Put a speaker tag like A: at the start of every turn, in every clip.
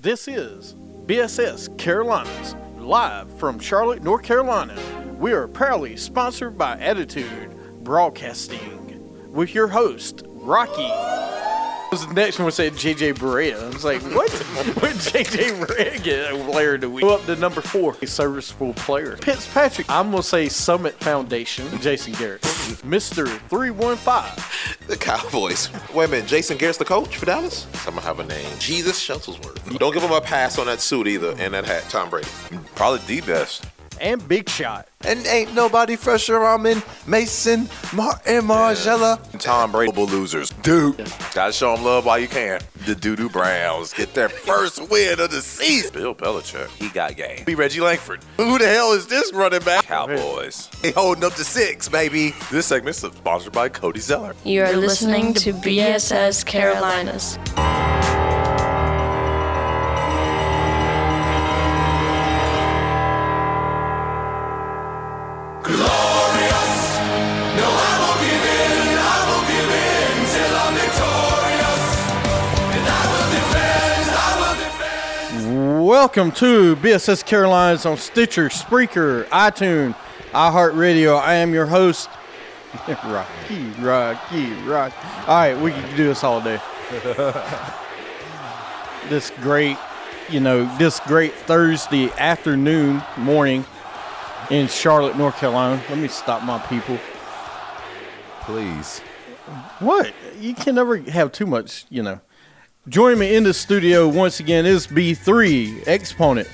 A: This is BSS Carolinas, live from Charlotte, North Carolina. We are proudly sponsored by Attitude Broadcasting with your host, Rocky. The next one said JJ Barea. I was like, what? What JJ Barea get player do we go up to number four? A serviceable player. Fitzpatrick. I'm gonna say Summit Foundation. Jason Garrett. Mr. 315.
B: The Cowboys. Wait a minute, Jason Garrett's the coach for Dallas? I'm gonna have a name. Jesus Shuttlesworth. Don't give him a pass on that suit either and that hat, Tom Brady.
C: Probably the best.
A: And Big Shot.
D: And ain't nobody fresher than Mason, Martin, Margella.
C: Tom Brady, Global losers. Dude, gotta show them love while you can. The doo doo Browns get their first win of the season. Bill Belichick, he got game. Be Reggie Langford.
B: Who the hell is this running back?
C: Cowboys.
B: They holding up to six, baby.
C: This segment is sponsored by Cody Zeller.
E: You are listening to BSS Carolinas.
A: Welcome to BSS Carolinas on Stitcher, Spreaker, iTunes, iHeartRadio. I am your host, Rocky, Rocky, Rocky. All right, we can do this all day. this great, you know, this great Thursday afternoon, morning in Charlotte, North Carolina. Let me stop my people.
D: Please.
A: What? You can never have too much, you know. Join me in the studio once again is B3 Exponent.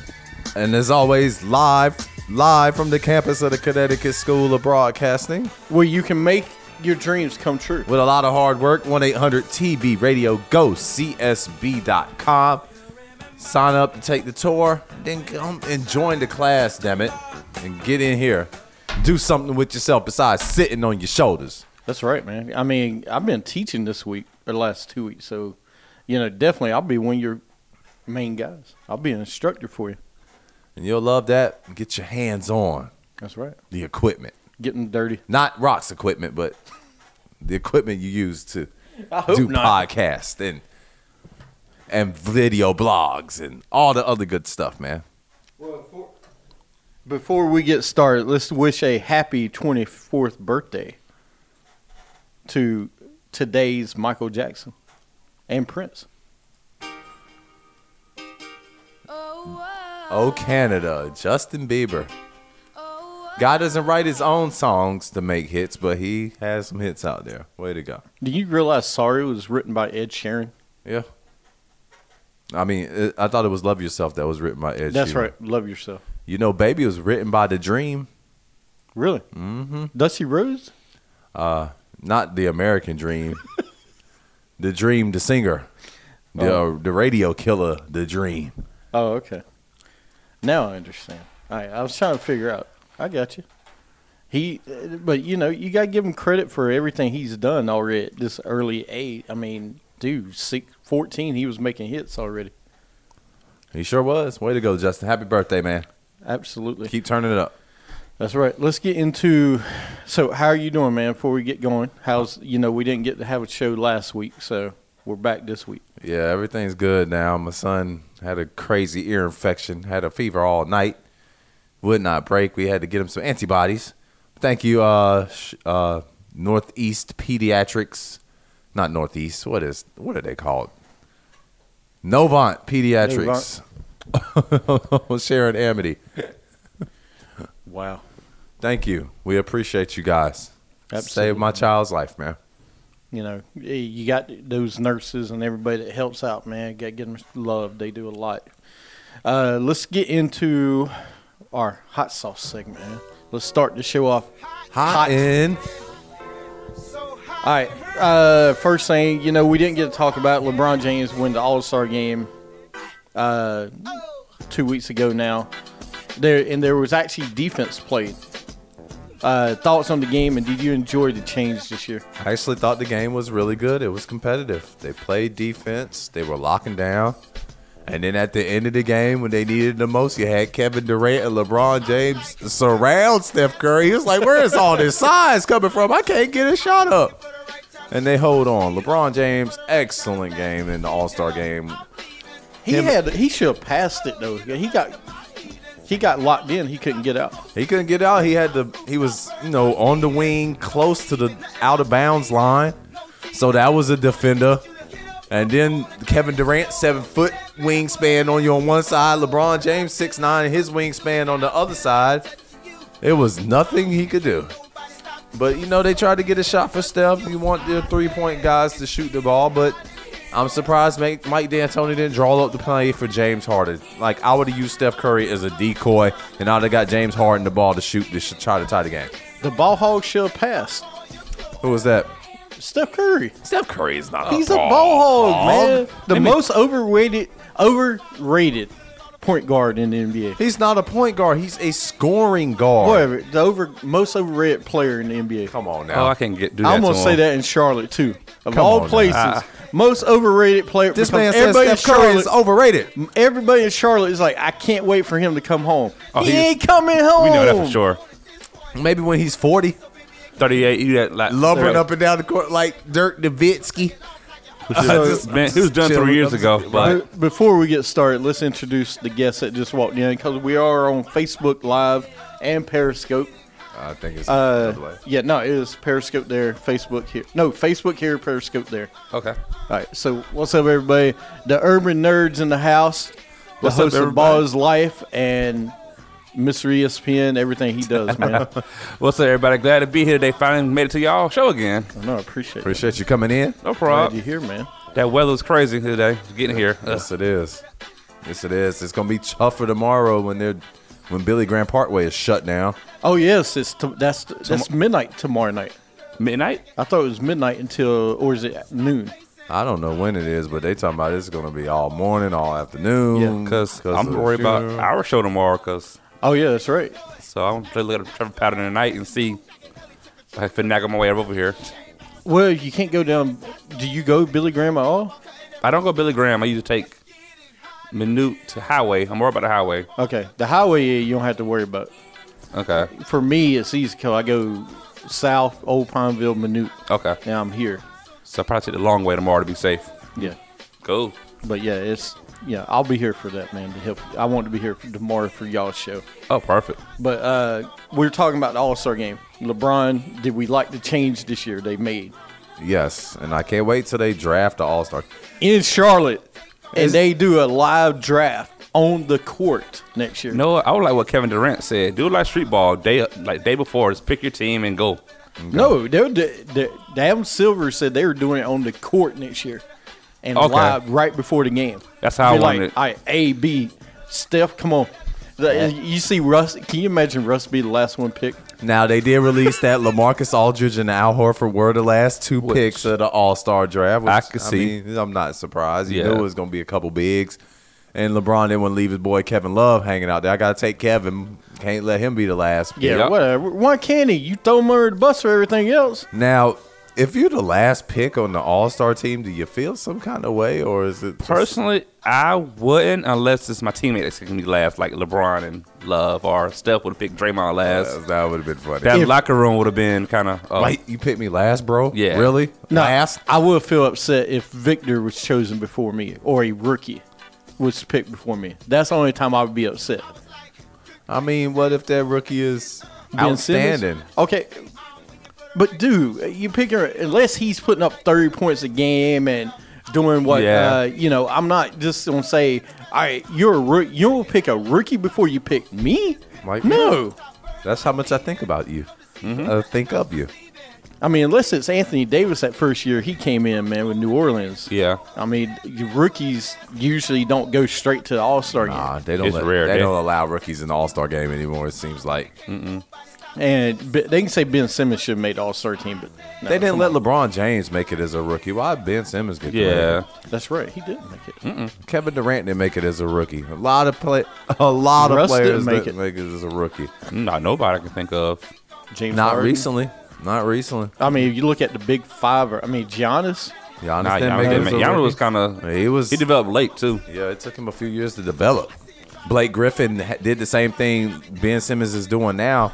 D: And as always, live, live from the campus of the Connecticut School of Broadcasting
A: where you can make your dreams come true.
D: with a lot of hard work. 1 800 TV Radio Go, CSB.com. Sign up to take the tour, then come and join the class, damn it. And get in here. Do something with yourself besides sitting on your shoulders.
A: That's right, man. I mean, I've been teaching this week or last two weeks, so you know, definitely I'll be one of your main guys. I'll be an instructor for you.
D: And you'll love that. and Get your hands on
A: That's right.
D: the equipment.
A: Getting dirty.
D: not rocks equipment, but the equipment you use to
A: hope
D: do
A: not.
D: podcasts and and video blogs and all the other good stuff, man.
A: Before we get started, let's wish a happy 24th birthday to today's Michael Jackson and Prince.
D: Oh Canada, Justin Bieber. God doesn't write his own songs to make hits, but he has some hits out there. Way to go.
A: Do you realize Sorry was written by Ed Sheeran?
D: Yeah. I mean, it- I thought it was Love Yourself that was written by Ed
A: That's
D: Sheeran.
A: right. Love yourself.
D: You know, Baby was written by The Dream,
A: Really? Mm-hmm. Dusty Rose?
D: not the American Dream. the Dream, the singer, the, uh, the radio killer, The Dream.
A: Oh, okay. Now I understand. All right, I was trying to figure out. I got you. He, but you know, you gotta give him credit for everything he's done already. At this early age, I mean, dude, six, 14, he was making hits already.
D: He sure was. Way to go, Justin. Happy birthday, man.
A: Absolutely,
D: Keep turning it up.
A: that's right. Let's get into. So, how are you doing, man? Before we get going, how's you know we didn't get to have a show last week, so we're back this week.
D: Yeah, everything's good now. My son had a crazy ear infection, had a fever all night, would not break. We had to get him some antibodies. Thank you, uh, sh- uh, Northeast Pediatrics. Not Northeast. What is? What are they called? Novant Pediatrics. Sharon Amity.
A: Wow.
D: Thank you. We appreciate you guys.
A: Absolutely.
D: Saved my child's life, man.
A: you know, eh, you got those nurses and everybody that helps out, man. Got to give them love. They do a lot. Uh, let's get into our hot sauce segment. Man. Let's start the show off.
D: Hot, in.
A: All right. Uh, first thing, you know, we didn't get to talk about LeBron James win the All Star game uh, two weeks ago now. There and there was actually defense played. Uh, thoughts on the game and did you enjoy the change this year?
D: I actually thought the game was really good. It was competitive. They played defense. They were locking down. And then at the end of the game, when they needed the most, you had Kevin Durant and LeBron James surround Steph Curry. He was like, "Where is all this size coming from? I can't get a shot up." And they hold on. LeBron James, excellent game in the All Star game.
A: He
D: Him-
A: had he should have passed it though. He got he got locked in. He couldn't get out.
D: He couldn't get out. He had to. He was you know on the wing, close to the out of bounds line. So that was a defender. And then Kevin Durant, seven foot wingspan on you on one side. LeBron James, six nine, his wingspan on the other side. It was nothing he could do. But you know they tried to get a shot for Steph. You want their three point guys to shoot the ball, but I'm surprised Mike, Mike D'Antoni didn't draw up the play for James Harden. Like I would have used Steph Curry as a decoy, and I'd have got James Harden the ball to shoot to sh- try to tie the game.
A: The ball hog should have passed.
D: Who was that?
A: Steph Curry.
D: Steph Curry is not.
A: He's a ball hog, man. The
D: I mean-
A: most overrated overrated point guard in the NBA.
D: He's not a point guard. He's a scoring guard.
A: Whatever, the over most overrated player in the NBA.
D: Come on
F: Oh,
D: now.
F: I can get do that.
A: I am gonna
F: to
A: say
F: him.
A: that in Charlotte too. Of
D: Come on
A: all
D: now.
A: places,
F: Ah.
A: most overrated player.
D: this man
A: because
D: says
A: everybody in
D: Steph Curry is
A: Charlotte-
D: overrated.
A: Everybody in Charlotte is like, I can't wait for him to come home.
F: Oh,
A: he
F: he is-
A: ain't coming home.
F: We know that for sure.
D: Maybe when he's 40,
F: Thirty-eight. You got like
D: lumbering up and down the court like Dirk Nowitzki.
F: Who's been, he was done
D: Chilling.
F: three years ago, but
A: Be- Before we get started, let's introduce the guests that just walked in because we are on Facebook Live and Periscope.
D: I think it's
A: Uh,
D: the other way.
A: yeah, no, it is Periscope there, Facebook here. No, Facebook here, Periscope there.
D: Okay.
A: All right, so what's up, everybody? The Urban Nerds in the house, the
D: What's up,
A: host of
D: everybody?
A: Ball's Life and E Mr. ESPN, everything he does, man.
F: what's up, everybody? Glad to be here today. Finally made it to y'all show again.
A: I know, I appreciate it.
D: Appreciate you coming in.
A: Glad
F: No
A: you
F: problem.
A: here, man.
F: That weather was crazy today. Getting here. Ugh.
D: Yes, it is. Yes, it is. It's gonna be tougher tomorrow when they're when Billy Grand Parkway is shut down.
A: Oh yes, it's t- that's that's midnight tomorrow night.
F: Midnight.
A: I thought it was midnight until or is it noon?
D: I don't know when it is, but they talking about it's gonna be all morning, all afternoon.
A: Yeah,
F: Cause,
D: of
F: I'm
D: the
F: worried about
D: funeral.
F: our show tomorrow. Cause
A: Oh yeah, that's right.
F: so I'm gonna look at the traffic pattern tonight and see if I can finagle my way over here.
A: Well, you can't go down. Do you go Billy Graham at all?
F: I don't go Billy Graham. I usually take Minute to Highway. I'm worried about the highway.
A: Okay, the highway yeah, you don't have to worry about.
F: Okay.
A: For me, it's easy because I go south, Old Pineville, Minute.
F: Okay.
A: Now I'm here.
F: So I probably take the long way tomorrow to be safe.
A: Yeah,
F: Cool.
A: but yeah, it's yeah. I'll be here for that, man. To help, I want to be here for tomorrow for y'all's show.
F: Oh, perfect.
A: But uh we are talking about the All Star game. LeBron, did we like the change this year they made?
D: Yes, and I can't wait till they draft the All Star.
A: in Charlotte, and they do a live draft on the court next year.
F: You know what? I would like what Kevin Durant said. Do it like street ball day, like day before. Just pick your team and go.
A: no, they were- the- the- Adam Silver said they were doing it on the court next year and
F: Okay.
A: live right before the game.
F: That's how I
A: Be
F: wanted it.
A: like, All right, A, B, Steph, come on. The- You see Russ? Can you imagine Russ be the last one picked?
D: Now they did release that Lamarcus Aldridge and Al Horford were the last two
F: Which-
D: picks of the All Star draft. Which,
F: I could see.
D: mean, I'm not surprised. You
F: Yeah.
D: knew it was gonna be a couple bigs, and LeBron didn't want to leave his boy Kevin Love hanging out there. I gotta take Kevin. Can't let him be the last. pick.
A: Yeah,
F: Yeah.
A: whatever. Why can't he? You throw him under the bus for everything else.
D: Now, if you're the last pick on the All Star team, do you feel some kind of way, or is it just-
F: Personally, I wouldn't unless it's my teammate that's gonna be last, like LeBron and Love, or Steph would pick Draymond last.
D: Yes, that would have been funny.
F: That
A: If-
F: locker room would have been kind of uh,
D: Wait, you picked me last, bro?
F: Yeah.
D: Really?
A: No,
D: Last?
A: I would feel upset if Victor was chosen before me or a rookie was picked before me. That's the only time I would be upset.
D: I mean, what if that rookie is
A: Ben Simmons?
D: outstanding?
A: Okay. But dude, you pick her unless he's putting up thirty points a game and doing what
F: Yeah.
A: uh, you know. I'm not just gonna say, all right, you're a rook. You don't pick a rookie before you pick me.
D: Like,
A: no,
D: That's how much I think about you.
F: Mm-hmm.
D: I think of you.
A: I mean unless it's Anthony Davis. That first year he came in, man, with New Orleans.
F: Yeah.
A: I mean you rookies usually don't go straight to the All Star
D: Nah,
A: game,
D: they don't.
F: It's
D: Let,
F: rare,
D: they
F: dude. Mm-hmm.
D: don't allow rookies in the All Star game anymore. It seems like
A: and but they can say Ben Simmons should have made All Star team, but no,
D: they didn't
A: come
D: let
A: on.
D: LeBron James make it as a rookie. Why did Ben Simmons get?
F: yeah.
D: through?
A: That's right, he didn't make it.
D: Kevin Durant didn't make it as a rookie. A lot of play, a lot of
A: Russ didn't
D: players
A: make
D: didn't make it as a rookie.
F: Not nobody I can think of.
A: James
D: Not
A: Harden.
D: recently. Not recently.
A: I mean, if you look at the big five, or, I mean, Giannis,
D: Giannis
F: Nah,
D: didn't
F: Giannis
D: make it
F: didn't
D: as
F: make-
D: a
F: Giannis
D: rookie.
F: was kind of
D: He was.
F: he developed late too.
D: yeah, it took him a few years to develop. Blake Griffin ha- did the same thing Ben Simmons is doing now.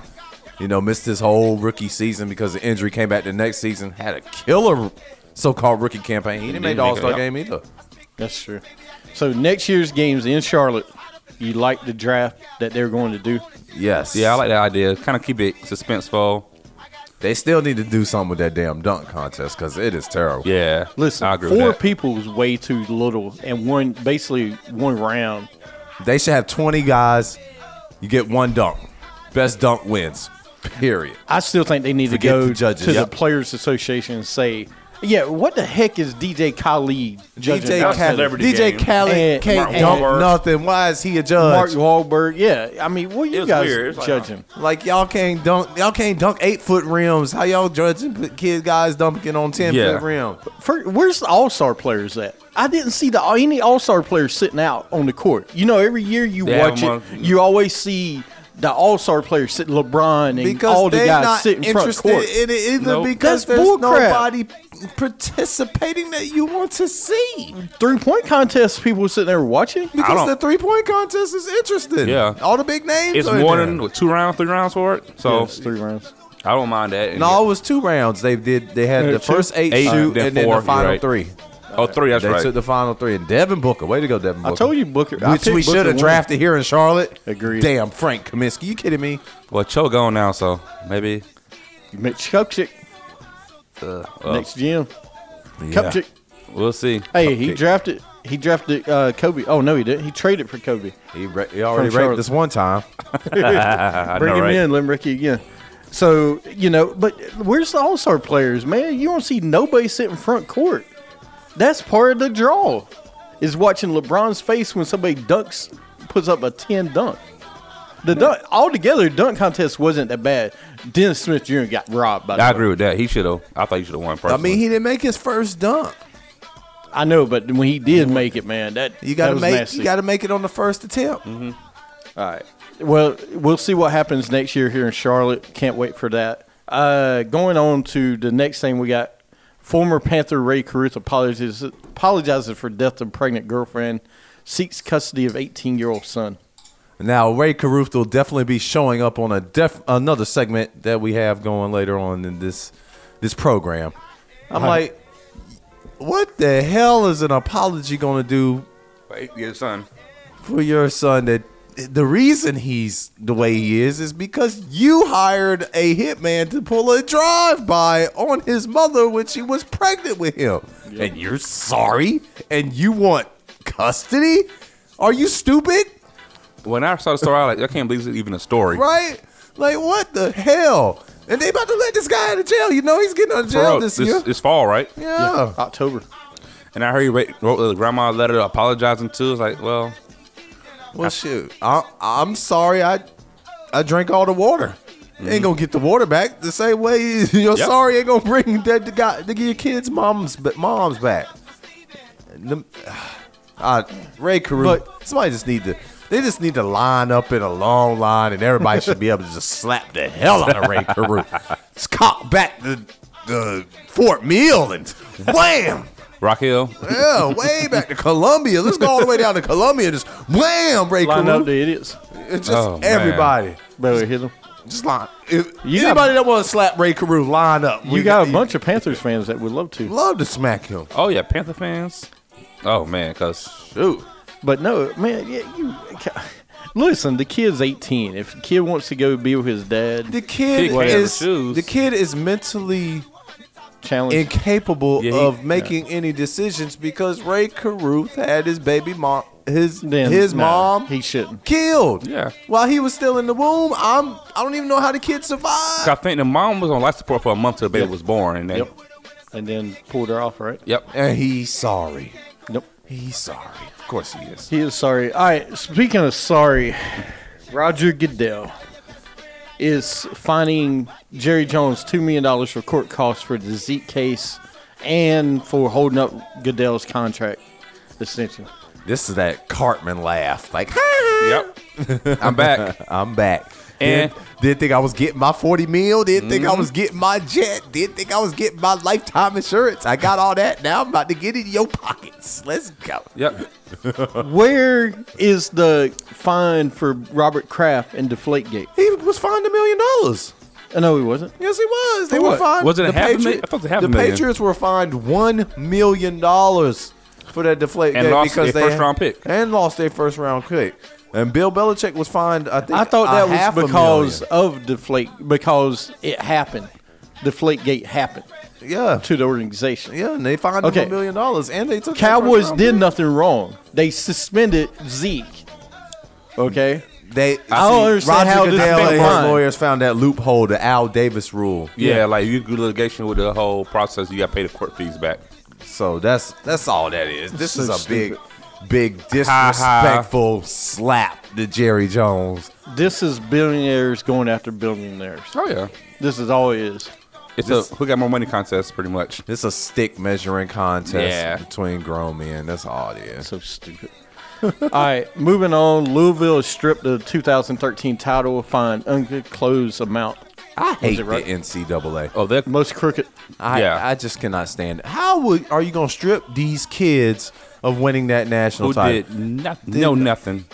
D: You know, missed his whole rookie season because of injury. Came back the next season, had a killer so-called rookie campaign. He didn't make the
F: Didn't make it,
D: All-Star
F: yeah.
D: game either.
A: that's true. So next year's games in Charlotte, you like the draft that they're going to do?
D: Yes.
F: Yeah, I like that idea. Kind of keep it suspenseful.
D: They still need to do something with that damn dunk contest because it is terrible.
F: Yeah.
A: Listen,
F: I agree
A: four
F: with that.
A: people is way too little, and one basically one round.
D: They should have 20 guys. You get one dunk. Best dunk wins. Period.
A: I still think they need
D: Forget
A: to go
D: the judges.
A: to
D: Yep.
A: the Players Association and say, "Yeah, what the heck is DJ Khalid judging?"
D: DJ,
A: us?"
F: That's a
D: Khaled,
F: celebrity
D: DJ
F: game.
D: Khaled
A: And-
D: can't
A: Mark
D: dunk
F: Wahlberg.
D: nothing. Why is he a
A: Mark
D: judge?
A: Wahlberg. Yeah, I mean, what are
F: It
A: you
F: was
A: guys
F: weird. It's like,
A: judging?
D: like y'all can't dunk. Y'all can't dunk eight foot rims. How y'all judging p- kid guys dunking on ten
F: Yeah.
D: foot rim?
A: Fir- where's the All Star players at? I didn't see the any All Star players sitting out on the court. You know, every year you
F: They have
A: watch it,
F: them on-
A: you always see the All Star players sitting, LeBron and all
D: Because
A: the
D: they're
A: guys
D: not
A: sitting in front of the
D: interested
A: court.
D: in it either.
F: Nope.
D: Because
A: That's
D: there's
A: bullcrap.
D: nobody participating that you want to see.
A: Three point contest, people sitting there watching.
F: I
D: Because
F: don't-
D: the three point contest is interesting.
F: Yeah.
D: All the big names.
F: It's
D: are
F: more
D: there.
F: than what, two rounds, three rounds for it. So
A: Yes, three rounds.
F: I don't mind that. And
D: No, it was two rounds. They did. They had
A: Yeah,
D: the
A: two.
D: first eight,
F: Eight,
D: shoot,
F: then
D: and then
F: four,
D: the
F: you're
D: final
F: right.
D: three.
F: Oh, three. That's
D: they
F: right.
D: took the final three. And Devin Booker, way to go, Devin Booker.
A: I told you, Booker. I
D: Which
A: picked
D: we
A: Booker
D: should have
A: to win.
D: drafted here in Charlotte.
A: Agreed.
D: Damn, Frank Kaminsky. You kidding me?
F: well, Cho gone now, so maybe.
A: Mitch Kupchik
F: well,
A: next GM.
D: uh, Yeah.
A: Kupchik.
F: We'll see.
A: Hey, he
D: Kupchak.
A: drafted. He drafted uh, Kobe. Oh no, he didn't. He traded for Kobe.
D: He, ra- he already
A: From Charlotte.
D: raped this one time.
F: I
A: Bring
F: know,
A: him
F: right?
A: in, Limericky again. So you know, but where's the All Star players, man? You don't see nobody sitting front court. That's part of the draw. Is watching LeBron's face when somebody dunks, puts up a ten dunk. The dunk altogether dunk contest wasn't that bad. Dennis Smith Jr. got robbed by. the
F: I
A: way.
F: agree with that. He should have. I thought he should have won.
D: I
F: Personally.
D: mean, he didn't make his first dunk.
A: I know, but when he did make it, man, that
D: You
A: that
D: got to
A: was
D: make.
A: nasty.
D: You got to make it on the first attempt.
A: Well, we'll see what happens next year here in Charlotte. Can't wait for that. Uh, going on to the next thing, we got former Panther Ray Caruth apologizes, apologizes for death of pregnant girlfriend, seeks custody of 18 year old son.
D: Now Ray Caruth will definitely be showing up on a def- another segment that we have going later on in this this program. I'm like, what the hell is an apology going to do
F: Wait, yeah, son.
D: for your son? That the reason he's the way he is is because you hired a hitman to pull a drive by on his mother when she was pregnant with him, and you're sorry, and you want custody? Are you stupid?
F: When I saw the story, I was like, I can't believe this is even a story.
D: right? Like what the hell? And they about to let this guy out of jail. You know he's getting out of
F: For
D: jail
F: real,
D: this,
F: this,
D: year.
F: this fall, right?
D: yeah.
A: October.
F: And I heard he wrote, wrote the grandma a letter apologizing too. It's like, well,
D: Well, shoot. I, I'm sorry. I I drank all the water.
A: Mm-hmm.
D: Ain't gonna get the water back the same way. You're
F: Yep.
D: sorry. Ain't gonna bring that the guy to get your kids' moms ba- moms back. And Them, uh, Ray Carew.
A: But-
D: somebody just need to. They just need to line up in a long line, and everybody should be able to just slap the hell out of Ray Carew. Just cock back the the Fort Mill and wham.
F: Rock Hill.
D: Yeah, way back to Columbia. Let's go all the way down to Columbia. Just wham, Ray
A: Line
D: Carew.
A: up the idiots.
D: It's just
F: Oh, man.
D: everybody.
A: Better hit them.
D: Just line. If
A: You got-
D: anybody that want to slap Ray Carew, line up.
A: You got a bunch of Panthers fans that would love to.
D: Love to smack him.
F: Oh yeah, Panther fans. Oh man, cause
D: Shoot.
A: But no, man, yeah, you. Listen, the kid's 18. If the kid wants to go be with his dad,
D: The kid
F: Kick whatever
D: is
F: shoes.
D: the kid is mentally
A: challenge.
D: incapable
F: Yeah, he-
D: of making any decisions because Ray Carew had his baby mom, his
A: Then
D: his
A: no,
D: mom
A: he shouldn't.
D: killed.
F: Yeah.
D: While he was still in the womb, I'm I don't even know how the kid survived.
F: I think the mom was on life support for a month till the baby
A: Yep.
F: was born, and then
A: Yep. And then pulled her off, right?
F: yep.
D: And he's sorry.
A: Nope.
D: He's sorry. Of course he is.
A: He is sorry. All right. Speaking of sorry, Roger Goodell is fining Jerry Jones two million dollars for court costs for the Zeke case and for holding up Goodell's contract extension.
D: This is that Cartman laugh. Like,
F: Yep. I'm back.
D: I'm back.
F: And-
D: Didn't, didn't think I was getting my 40 mil. Didn't think I
F: Mm-hmm.
D: was getting my jet. Didn't think I was getting my lifetime insurance. I got all that. Now I'm about to get it in your pockets. Let's go.
F: Yep.
A: Where is the fine for Robert Kraft and Deflategate?
D: He was fined a million dollars.
A: I know he wasn't.
D: Yes, he was. They
F: For
D: were
F: what?
D: fined.
F: Was it a half a
D: Patri-
F: mil- I thought it was half
D: the
F: a million.
D: Patriots were fined one million dollars for that deflate
F: And
D: gate
F: lost
D: because
F: their
D: they
F: first round pick.
D: and lost their first round pick. And Bill Belichick was fined. I think
A: I thought
D: a
A: that
D: half a
A: was
D: million.
A: because of deflate because it happened. Deflate gate happened
D: yeah,
A: to the organization.
D: yeah, and they fined
A: Okay.
D: him a million dollars, and they took their first
A: Cowboys
D: round
A: did
D: pick.
A: nothing wrong. They suspended Zeke. Okay.
D: They
A: I don't understand
D: Roger
A: how this
D: Goodell
A: thing
D: and his
A: works.
D: lawyers found that loophole, the Al Davis rule.
F: Yeah, like you do litigation with the whole process, you got to pay the court fees back.
D: So that's that's all Oh, that is. This
A: So
D: is a
A: stupid.
D: big, big disrespectful slap to Jerry Jones.
A: This is billionaires going after billionaires.
F: Oh yeah,
A: This is all it is.
F: it's
D: This-
F: a who got more money contest, pretty much.
D: It's a stick measuring contest
F: Yeah.
D: between grown men. That's all it is.
A: So stupid. all right, moving on. Louisville is stripped of the 2013 title fine unclosed amount.
D: I hate
A: it right?
D: the NCAA.
F: Oh, that
A: Most crooked.
D: I,
F: Yeah.
D: I just cannot stand it. How would, are you going to strip these kids of winning that national
F: who
D: title?
F: did nothing? No, nothing.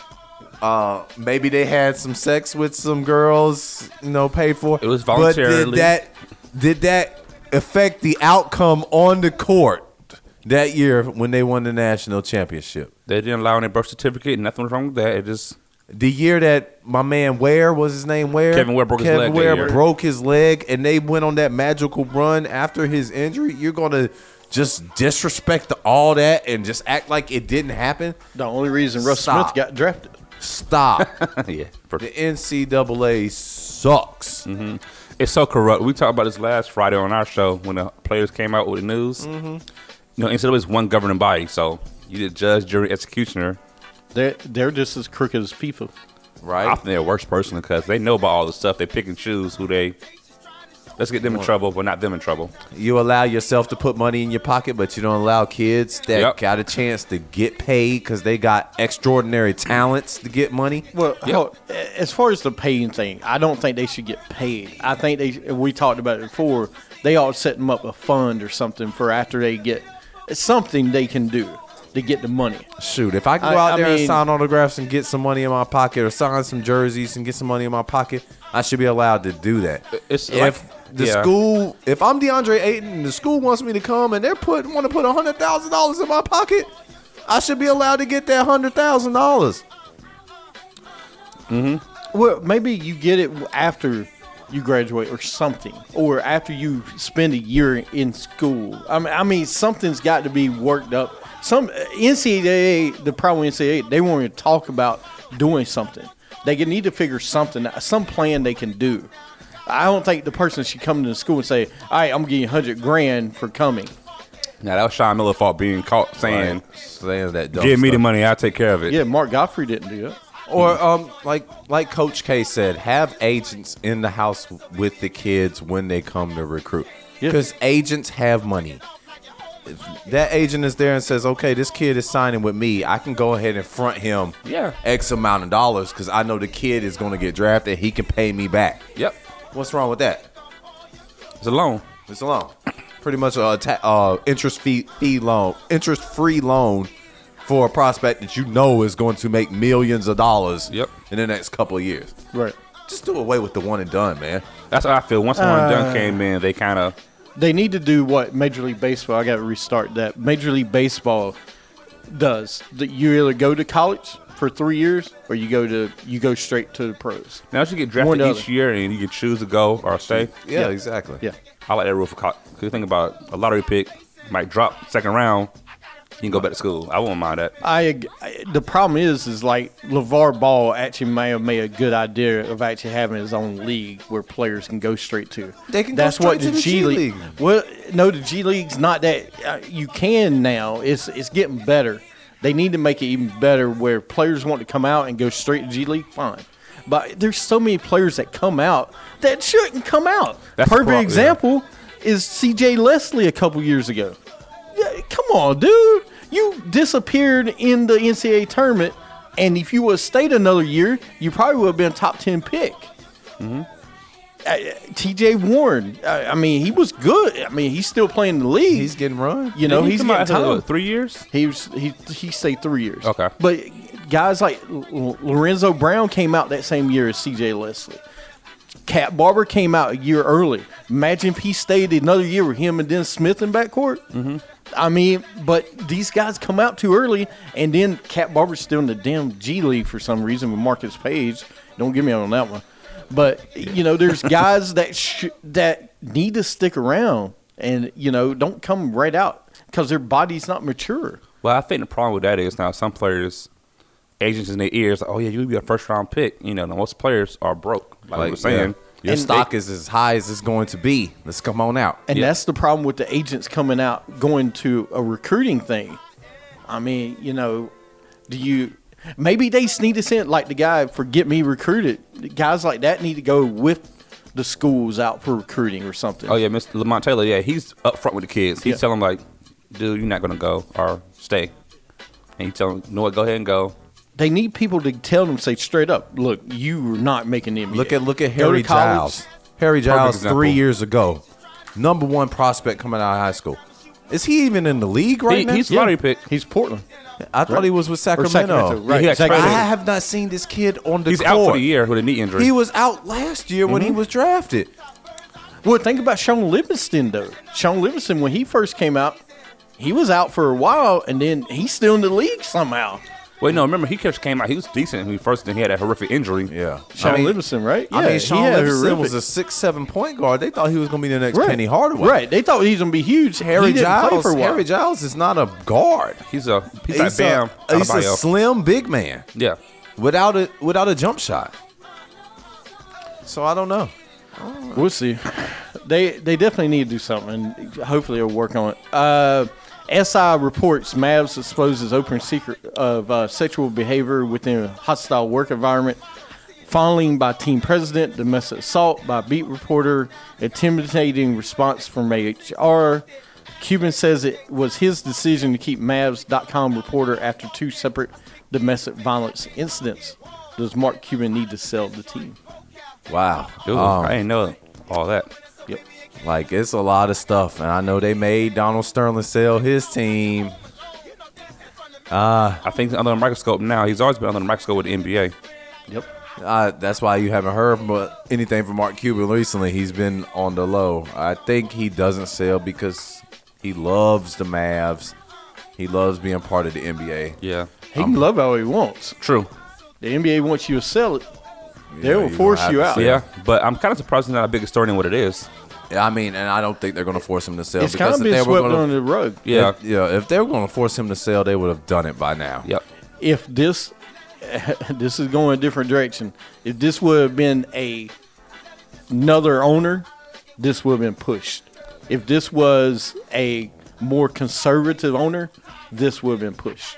D: Maybe they had some sex with some girls, you know, paid for.
F: It was
D: But
F: voluntarily.
D: did that did that affect the outcome on the court that year when they won the national championship?
F: They didn't allow any birth certificate. Nothing was wrong with that. It just
D: The year that my man Ware was his name Ware
F: Kevin Ware broke his leg that
D: Ware
F: year.
D: broke his leg, and they went on that magical run after his injury. You're gonna just disrespect all that and just act like it didn't happen.
A: The only reason Russ
D: Stop.
A: Smith got drafted.
D: Stop.
F: yeah. Mm-hmm.
D: the NCAA sucks.
F: It's so corrupt. We talked about this last Friday on our show when the players came out with the news. Mm-hmm. You know, instead of it's one governing body, so you did judge, jury, executioner.
A: They're, they're just as crooked as FIFA.
D: Right?
F: I think they're worse personally because they know about all the stuff. They pick and choose who they. Let's get them in trouble, but not them in trouble.
D: You allow yourself to put money in your pocket, but you don't allow kids that
F: Yep.
D: got a chance to get paid because they got extraordinary talents to get money.
A: Well,
F: Yep.
A: how- as far as the paying thing, I don't think they should get paid. I think they. We talked about it before. They ought to set them up a fund or something for after they get something they can do to get the money.
D: Shoot, if I can go
A: I-
D: out
A: I
D: there and
A: mean-
D: sign autographs and get some money in my pocket, or sign some jerseys and get some money in my pocket, I should be allowed to do that.
F: It's
D: if
F: like-
D: the
F: yeah.
D: school, if I'm DeAndre Ayton, and the school wants me to come and they're put want to put hundred thousand dollars in my pocket, I should be allowed to get that hundred thousand dollars.
A: Well, maybe you get it after you graduate or something, or after you spend a year in school. I mean, I mean something's got to be worked up. Some NCAA, the problem with NCAA, they want to talk about doing something. They can need to figure something, some plan they can do. I don't think the person should come to the school and say, "All right, I'm getting hundred grand for coming."
F: Now that was Sean Miller fault being caught saying,
D: saying that dumb
F: "Give me
D: stuff.
F: the money, I'll take care of it."
A: Yeah, Mark Godfrey didn't do that.
D: Or um, like like Coach K said, have agents in the house with the kids when they come to recruit,
A: Yeah.
D: because agents have money. If that agent is there and says, "Okay, this kid is signing with me. I can go ahead and front him
F: Yeah.
D: X amount of dollars because I know the kid is going to get drafted. He can pay me back."
F: Yep,
D: What's wrong with that?
F: it's a loan.
D: It's a loan, pretty much a ta- uh, interest fee fee loan, interest free loan for a prospect that you know is going to make millions of dollars
F: Yep.
D: in the next couple of years.
A: Right.
D: Just do away with the one and done, man.
F: That's how I feel. Once one
A: Uh.
F: done came in, they kind of
A: they need to do what Major League Baseball. I got to restart that. Major League Baseball does that. You either go to college for three years, or you go to you go straight to the pros.
F: now you get
A: One
F: drafted
A: or the
F: each year and you can choose to go or stay.
D: Yeah,
A: Yeah.
D: exactly.
A: Yeah,
F: I like that rule for college. Cause you think about it, a lottery pick might drop second round, you can go back to school. I wouldn't mind that.
A: I, ag- I- The problem is, is like Levar Ball actually may have made a good idea of actually having his own league where players can go straight to.
D: They can go straight to the G League.
A: Well, no, the G League's not that. Uh, you can now. It's it's getting better. They need to make it even better where players want to come out and go straight to G League. Fine, but there's so many players that come out that shouldn't come out.
F: That's the
A: Perfect
F: problem, yeah.
A: example is C.J. Leslie a couple years ago. Yeah, Come on, dude. You disappeared in the NCAA tournament, and if you would have stayed another year, you probably would have been a top 10 pick.
F: Mm-hmm.
A: Uh, TJ Warren, I, I mean, he was good. I mean, he's still playing in the league.
D: He's getting run.
A: you know,
F: Didn't he
A: he's
F: come out
A: getting
F: after,
A: time.
F: what, three years.
A: He was he he stayed three years.
F: Okay.
A: but guys like L- L- Lorenzo Brown came out that same year as C.J. Leslie. Cat Barber came out a year early. Imagine if he stayed another year with him and then Smith in backcourt. Mm-hmm. I mean, but these guys come out too early, and then Cat Barber's still in the damn G League for some reason with Marcus Page. Don't get me on that one. But you know, there's guys that sh- that need to stick around, and you know, don't come right out because their body's not mature.
F: Well, I think the problem with that is now some players, agents in their ears, like, oh yeah, you'll be a first round pick. You know, now most players are broke. Like, we
D: Like,
F: were saying,
D: yeah. your
A: And
D: stock is as high as it's going to be. Let's come on out.
A: And
F: Yeah.
A: that's the problem with the agents coming out going to a recruiting thing. I mean, you know, do you maybe they just need to send like the guy for get me recruited. Guys like that need to go with the schools out for recruiting or something.
F: oh yeah, Mr. Lamont Taylor, yeah, he's up front with the kids. He's
A: Yeah.
F: telling them like, dude, you're not gonna go or stay. And he telling, you know what, go ahead and go.
A: They need people to tell them say straight up, look, you're not making the NBA.
D: Look at look at
A: Go to
D: Harry
A: college.
D: Giles. Harry Giles
F: example.
D: three years ago, number one prospect coming out of high school. Is he even in the league right
F: He-
D: now?
F: he's lottery pick.
A: He's Portland.
D: I thought he was
A: Or
D: with Sacramento.
A: Sacramento. Right.
F: Yeah, he got
A: Sacramento.
D: I
F: traded.
D: have not seen this kid on the
F: He's
D: court.
F: out for the year with a knee injury.
D: He was out last year when he
A: Mm-hmm.
D: was drafted.
A: Well, think about Sean Livingston though. Sean Livingston, when he first came out, he was out for a while, and then he's still in the league somehow.
F: Wait, no, remember he just came out. He was decent when he first. Then he had that horrific injury.
D: Yeah.
A: Sean
D: I mean,
A: Livingston, right?
D: I mean, Sean
A: had
D: Livingston
A: horrific-
D: was a six seven point guard. They thought he was going to be the next Penny Hardaway.
A: Right. They thought he was gonna be huge. Harry
D: Harry
A: he didn't play
D: Giles.
A: for a while.
D: Harry Giles is not a guard.
F: He's a he's, like Bam
D: a, he's a
F: Adebayo.
D: slim big man
F: yeah.
D: without a without a jump shot. So I don't know.
A: We'll see. They they definitely need to do something. and Hopefully, they'll work on it. Uh, SI reports Mavs exposes open secret of uh, sexual behavior within a hostile work environment, fondling by team president, domestic assault by beat reporter, intimidating response from HR. Cuban says it was his decision to keep Mavs.com reporter after two separate domestic violence incidents. Does Mark Cuban need to sell the team?
D: Wow.
F: Dude,
D: Um,
F: I ain't know all that.
A: Yep.
D: Like it's a lot of stuff, and I know they made Donald Sterling sell his team.
F: I think he's under the microscope now. He's always been under the microscope with the NBA.
A: Yep.
D: Uh, that's why you haven't heard mu- anything from Mark Cuban recently. He's been on the low. I think he doesn't sell because he loves the Mavs. He loves being part of the NBA.
F: Yeah.
A: He can love how he wants.
F: True.
A: The NBA wants you to sell it. They
D: Yeah,
A: will
D: you
A: force
D: have
A: you
D: to
A: out.
D: sell.
F: Yeah, but I'm kind of surprised it's not a big story than what it is.
D: I mean, and I don't think they're going to force him to sell.
A: It's kind
D: because
A: of been
D: if they were
A: swept
D: gonna-
A: under the rug.
F: Yeah.
D: If, yeah, if they were going to force him to sell, they would have done it by now.
F: Yep.
A: If this, this is going a different direction. If this would have been a another owner, this would have been pushed. If this was a more conservative owner, this would have been pushed.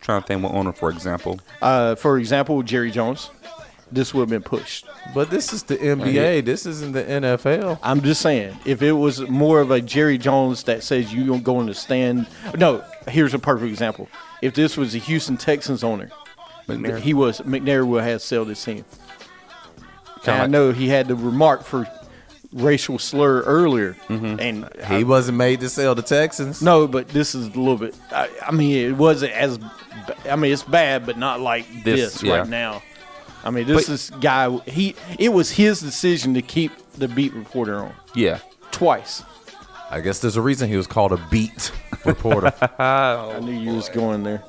F: trying to think what owner, for example.
A: Uh, for example, Jerry Jones, this would have been pushed.
D: But this is the NBA. This isn't the NFL.
A: I'm just saying, if it was more of a Jerry Jones that says you don't go in the stand. No, here's a perfect example. If this was a Houston Texans owner,
F: McNair.
A: he was McNair would have sold his team. And
F: Kinda
A: I
F: like-
A: know he had the remark for racial slur earlier,
F: Mm-hmm.
A: and I-
D: He wasn't made to sell to Texans.
A: no, but this is a little bit. I, I mean, it wasn't as. ba- I mean, it's bad, but not like this,
F: This, yeah.
A: right now. I mean, this is guy. He it was his decision to keep the beat reporter on
F: Yeah.
A: twice.
D: I guess there's a reason he was called a beat reporter.
A: I knew you was going there.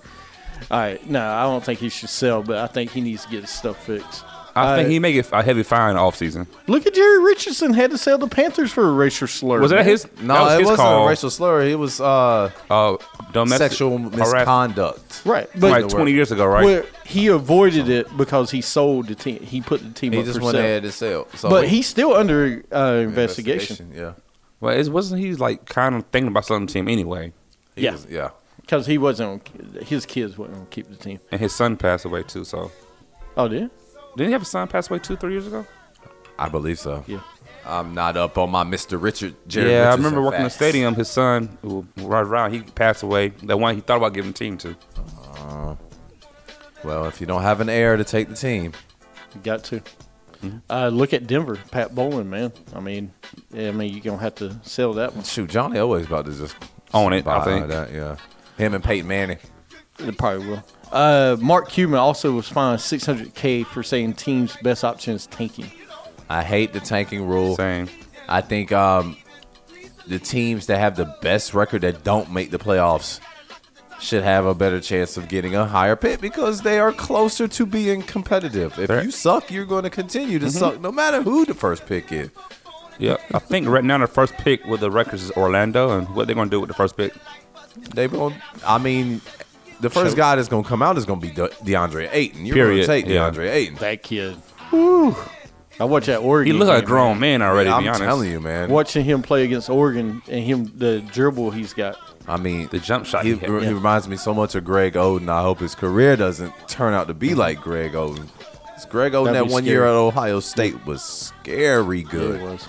A: All right, no, I don't think he should sell, but I think he needs to get his stuff fixed.
F: I
A: Uh,
F: think he may get a heavy fine off season.
A: Look at Jerry Richardson had to sell the Panthers for a racial slur.
F: Was that
A: man.
F: his?
D: no,
F: that was
D: it
F: his
D: wasn't
F: call.
D: a racial slur. It was uh,
F: uh, domestic
D: sexual
F: harass-
D: misconduct.
A: right? But
F: Like 20 years ago, right?
A: well, he avoided it because he sold the team. He put the team
D: He
A: up
D: just
A: for
D: went
A: sale.
D: ahead and sell. So
A: but
D: we-
A: he's still under uh, investigation
D: Yeah.
F: Well, it wasn't he like kind of thinking about selling the team anyway,
D: He
A: Yeah.
D: was- yeah.
A: because he wasn't. On, his kids wasn't gonna keep the team.
F: and his son passed away too. So
A: Oh, did?
F: didn't he have a son pass away two, three years ago?
D: I believe so.
A: Yeah.
D: I'm not up on my Mr. Richard. Jerry
F: yeah, I
D: Richardson
F: remember working in the
D: facts.
F: stadium. His son, who right around, he passed away. That one he thought about giving the team to.
D: Well, if you don't have an heir to take the team,
A: You got to. Uh, look at Denver, Pat Bowlen, man. I mean, I mean, you're gonna have to sell that one.
D: shoot, John Elway's about to just
F: Own it, I
D: buy
F: think.
D: That, yeah. Him and Peyton Manning.
A: It probably will. Uh, Mark Cuban also was fined 600k for saying team's best option is tanking.
D: I hate the tanking rule.
F: Same.
D: I think um, the teams that have the best record that don't make the playoffs should have a better chance of getting a higher pick because they are closer to being competitive. If
F: Fair. Mm-hmm.
D: you suck, you're going to continue to suck no matter who the first pick is.
F: Yeah, I think right now the first pick with the records is Orlando, and what they gonna do with the first pick?
D: They going I mean, the first
F: So-
D: guy that's going to come out is going to be De- DeAndre Ayton. You're
F: Period.
D: going to take
F: Yeah.
D: DeAndre Ayton.
A: That kid. I watched that Oregon.
F: He look like a
A: game,
F: grown man already.
D: I'm
F: to be honest.
D: telling you, man.
A: man. Watching him play against Oregon and him the dribble he's got.
D: I mean,
F: The jump shot
D: He,
F: he hit.
D: re- he
A: Yeah.
D: reminds me so much of Greg Oden. I hope his career doesn't turn out to be like Greg Oden. 'Cause Greg Oden
A: That'd
D: that
A: be
D: one
A: scary.
D: year at Ohio State was scary
A: It
D: good.
A: was.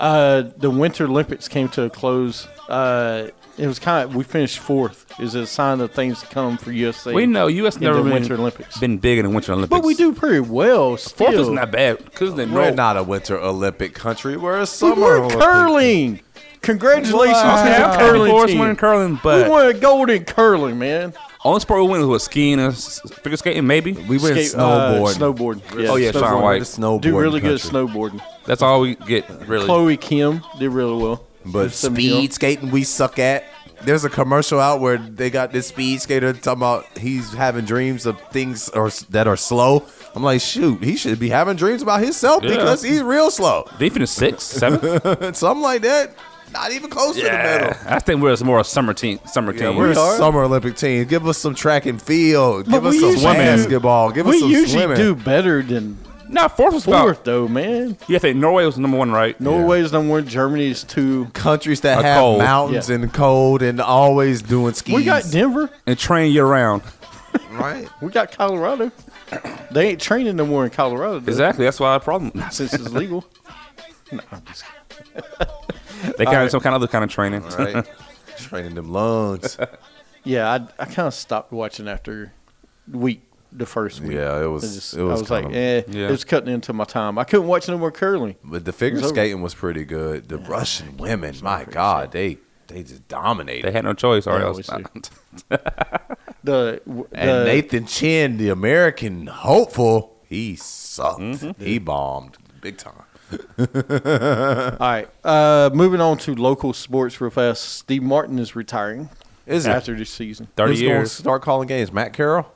A: Uh, the Winter Olympics came to a close. Uh, it was kind of we finished fourth. Is a sign of things to come for USA.
F: We know U.S.
A: in
F: never
A: the
F: been,
A: Winter Olympics,
F: been big in the Winter Olympics,
A: but we do pretty well. Still,
F: Fourth is not bad because they
D: We're
F: know.
D: not a Winter Olympic country. We're a
A: we
D: summer.
A: won
D: Olympic.
A: curling. Congratulations
F: I
A: to
F: mean,
A: the
F: I'm happy for
A: curling
F: us winning
A: team.
F: curling,
A: We
F: but
A: won a gold in curling, man.
F: only sport we win was skiing and s- figure skating. Maybe
D: We went
A: Skate- uh,
D: snowboarding.
A: snowboarding.
F: Oh, yeah, Sean
A: snowboarding.
F: White.
D: We're the snowboarding
A: Do really good
D: country.
A: snowboarding.
F: that's all we get. Really,
A: Chloe Kim did really well.
D: But
A: Some
D: speed
A: deal.
D: skating, we suck at. There's a commercial out where they got this speed skater talking about he's having dreams of things or that are slow. I'm like, shoot, he should be having dreams about himself
F: Yeah.
D: because he's real slow.
F: they finished six, seven.
D: Something like that. Not even close to the middle.
F: I think we're more a summer team. Summer
D: Yeah,
F: team.
D: we're a
A: We are.
D: summer Olympic team. Give us some track and field.
A: But
D: Give us
A: we
D: some
A: usually-
D: basketball. Give us
A: We
D: some
A: usually
D: swimming.
A: do better than
F: not fourth was about.
A: fourth, though, man.
F: Yeah, I think Norway was number one, right?
A: Norway's number one. Germany's two.
D: Countries that
F: A
D: have
F: cold.
D: mountains
A: Yeah.
D: and cold and always doing skis.
A: We got Denver.
F: and train year round.
D: right.
A: We got Colorado. They ain't training no more in Colorado. though,
F: Exactly. That's why the problem.
A: Since it's legal.
F: They got some kind of other kind of training.
D: Right. Training them lungs.
A: Yeah, I, I kind of stopped watching after week the first week.
D: Yeah, it was-
A: I,
D: it was
A: I was like,
D: kinda-
A: eh,
F: Yeah.
A: it was cutting into my time. I couldn't watch no more curling.
D: But the figure
A: It's over.
D: skating was pretty good. The Russian women, my God, they they just dominated.
F: They had no choice, or
A: Yeah,
F: else.
A: we The, w-
D: and
A: the-
D: Nathan Chin, the American hopeful, he sucked.
F: Mm-hmm.
D: He bombed big time.
A: all right, uh, moving on to local sports real fast. Steve Martin is retiring
D: Is it?
A: after this season.
F: Thirty
D: Who's going to
F: years,
D: start calling games? Matt Carroll,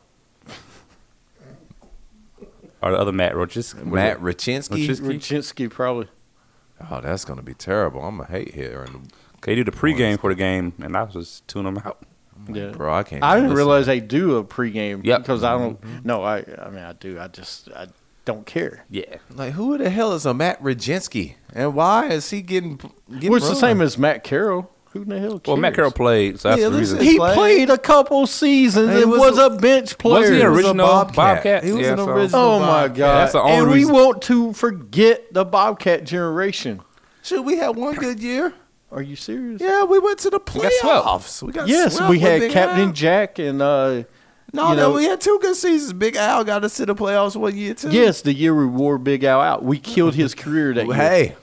F: or the other Matt Roaches.
D: Matt Rachinsky.
F: Rachinski?
A: Rudzinski probably.
D: Oh, that's gonna be terrible. I'm gonna hate hearing.
F: They do the pregame for the game, and I was just tuning them out.
A: Yeah.
D: Bro, I can't.
A: I
D: even
A: didn't
D: Oh listen. Mm-hmm.
A: realize they do a pregame
F: Yep.
A: because I don't. No, I. I mean, I do. I just. I don't care.
F: Yeah,
D: Like, who the hell is a Matt Rajinsky, and why is he getting? getting
A: Well, it's the
D: run?
A: same as Matt Carroll. Who in the hell? Cares?
F: Well, Matt Carroll played, so that's
D: Yeah,
F: the
D: listen,
F: reason.
A: He
D: played.
A: played a couple seasons
D: He
A: and
D: was
A: was
D: a-
A: a bench player.
F: wasn't he
D: He was a
F: original Bobcat?
D: He was
F: Yeah,
D: an
F: so-
D: original.
A: Oh my
D: Bobcat.
A: God!
F: that's the only
A: and
F: reason-
A: we want to forget the Bobcat generation.
D: Shoot, we had one good year.
A: Are you serious?
D: Yeah, we went to the
F: got swept.
D: playoffs. We got
A: Yes,
D: swept
A: we
D: with
A: had
D: Big
A: Captain
D: Al.
A: Jack and uh,
D: No,
A: you
D: no,
A: know-
D: we had two good seasons. Big Al got us to the playoffs one year too.
A: yes, the year we wore Big Al out, we killed his career that year.
D: Hey,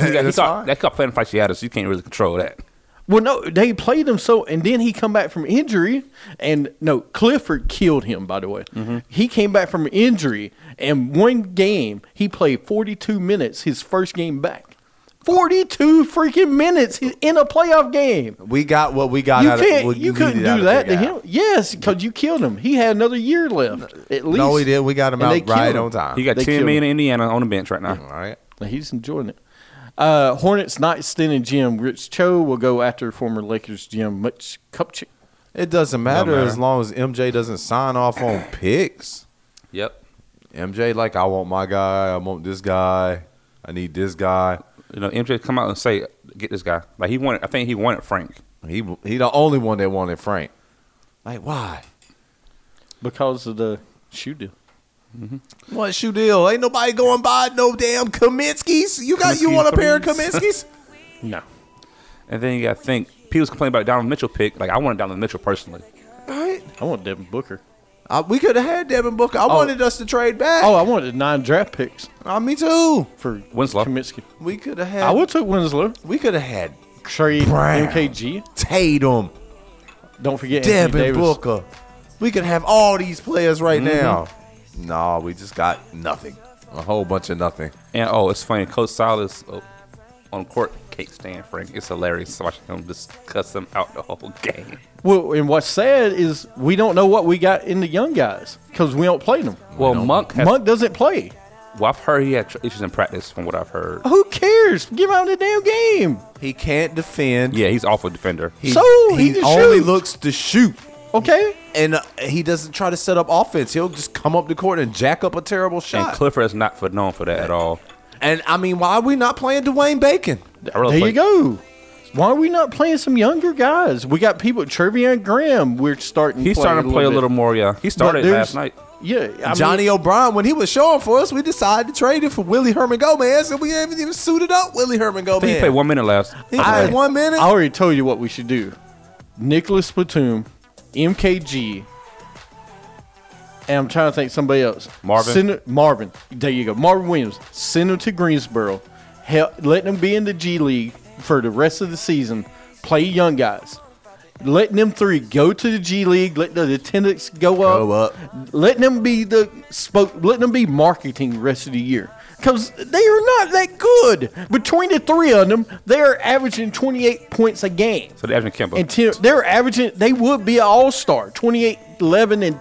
F: what you got. He
D: That's
F: thought,
D: fine.
F: that cup playing fasciitis, so you can't really control that.
A: Well, no, they played him so, and then he come back from injury, and no, Clifford killed him. By the way,
D: Mm-hmm.
A: he came back from injury, and one game he played forty two minutes. His first game back, forty two freaking minutes he- in a playoff game.
D: we got what we got.
A: You
D: out
A: can't,
D: Of, what
A: you
D: we
A: couldn't
D: needed out
A: do
D: of
A: that to
D: Big Al.
A: him. Yes, because you killed him. He had another year left, at least.
D: No, we did. We got him
A: And they
D: out right
A: killed him.
D: on time.
F: He got
A: They
F: ten
A: killed
F: million in Indiana on the bench right now.
D: All right.
A: He's enjoying it. Uh, Hornets nightstand and Jim Rich Cho will go after former Lakers Jim Mitch Kupchak.
D: It doesn't matter,
F: matter.
D: as long as MJ doesn't sign off on picks.
F: Yep.
D: MJ, like, I want my guy. I want this guy. I need this guy.
F: You know, MJ come out and say, "Get this guy." Like he wanted. I think he wanted Frank.
D: He he, the only one that wanted Frank. Like, why?
A: because of the shoe deal.
D: What shoe deal? Ain't nobody going by no damn Kaminsky's. You got you
F: Kaminsky
D: want a pair of
F: threes.
D: Kaminsky's?
A: No.
F: And then you got to think people was complaining about Donald Mitchell pick. Like I wanted Donald Mitchell personally.
D: right.
A: I want Devin Booker.
D: Uh, we could have had Devin Booker. I wanted us to trade back.
A: Oh, I wanted nine draft picks
D: Uh, me too.
A: for
F: Winslow.
A: Kaminsky.
D: We could have had.
A: I would took Winslow.
D: We could have had
A: Trade
D: Brown.
A: MKG.
D: Tatum,
A: Don't forget Anthony
D: Devin
A: Davis.
D: Booker. We could have all these players right now. No, we just got nothing. A whole bunch of nothing.
F: And oh, it's funny. Coach Silas uh, oh, on court can't stand Frank. It's hilarious watching him just cuss them out the whole game.
A: Well, and what's sad is we don't know what we got in the young guys because we don't play them.
F: Well, Monk has.
A: Monk doesn't play.
F: Well, I've heard he had tr- issues in practice from what I've heard.
A: Who cares? Give him out of the damn game.
D: He can't defend.
F: Yeah, he's awful defender.
D: He,
A: So, he can
D: only
A: shoot.
D: looks to shoot.
A: Okay.
D: And uh, he doesn't try to set up offense. He'll just come up the court and jack up a terrible
F: And
D: shot.
F: Clifford is not for known for that at all.
D: and I mean, why are we not playing Dwayne Bacon?
F: I
A: There
F: really
A: you
F: like-
A: go. Why are we not playing some younger guys? We got people, Trevion Graham. We're starting.
F: He's starting to play a
A: bit.
F: little more. Yeah, he
A: But
F: started
A: there's-
F: last night.
A: Yeah, I mean,
D: Johnny O'Brien, when he was showing for us, we decided to trade him for Willie Herman Gomez, and we haven't even suited up Willie Herman
F: I think
D: Gomez.
F: he played one minute last.
D: He played one minute.
A: I already told you what we should do. Nicholas Platoon, MKG, and I'm trying to think somebody else.
F: Marvin.
A: Send- Marvin. There you go. Marvin Williams. Send him to Greensboro. Hel- let them be in the G League for the rest of the season. Play young guys. Letting them three go to the G League. Let the attendance go up.
D: Go up.
A: Letting them be the spoke. Letting them be marketing the rest of the year because they are not that good. Between the three of them, they are averaging 28 points a game.
F: So the Evan Kemba.
A: And ten, they're averaging. They would be an all star. 28, 11, and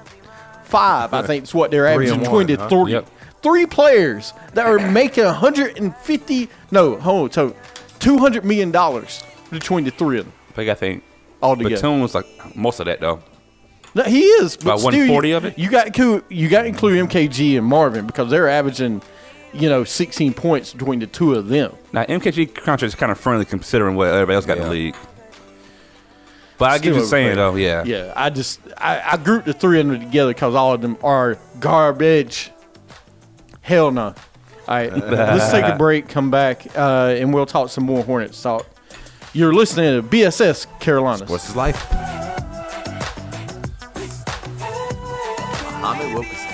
A: five. I think is what they're
D: Three
A: averaging.
D: and
A: Between
D: one,
A: the
D: huh?
A: three,
F: Yep.
A: three players that are making 150. No, hold on. So 200 million dollars between the three of them.
F: But I think
A: All together.
F: Batum was like most of that though.
A: No, he is. But
F: About
A: still,
F: 140
A: you,
F: of it?
A: You got to you got to include MKG and Marvin because they're averaging, you know, 16 points between the two of them.
F: Now MKG contract is kind of friendly considering what everybody else got in the league. But I get
A: Still
F: you saying
A: overrated.
F: though, yeah.
A: Yeah, I just I, I grouped the three of them together because all of them are garbage. Hell no. All right, let's take a break. Come back, uh, and we'll talk some more Hornets talk. You're listening to BSS Carolinas.
D: What's his life? Muhammad Wilkerson.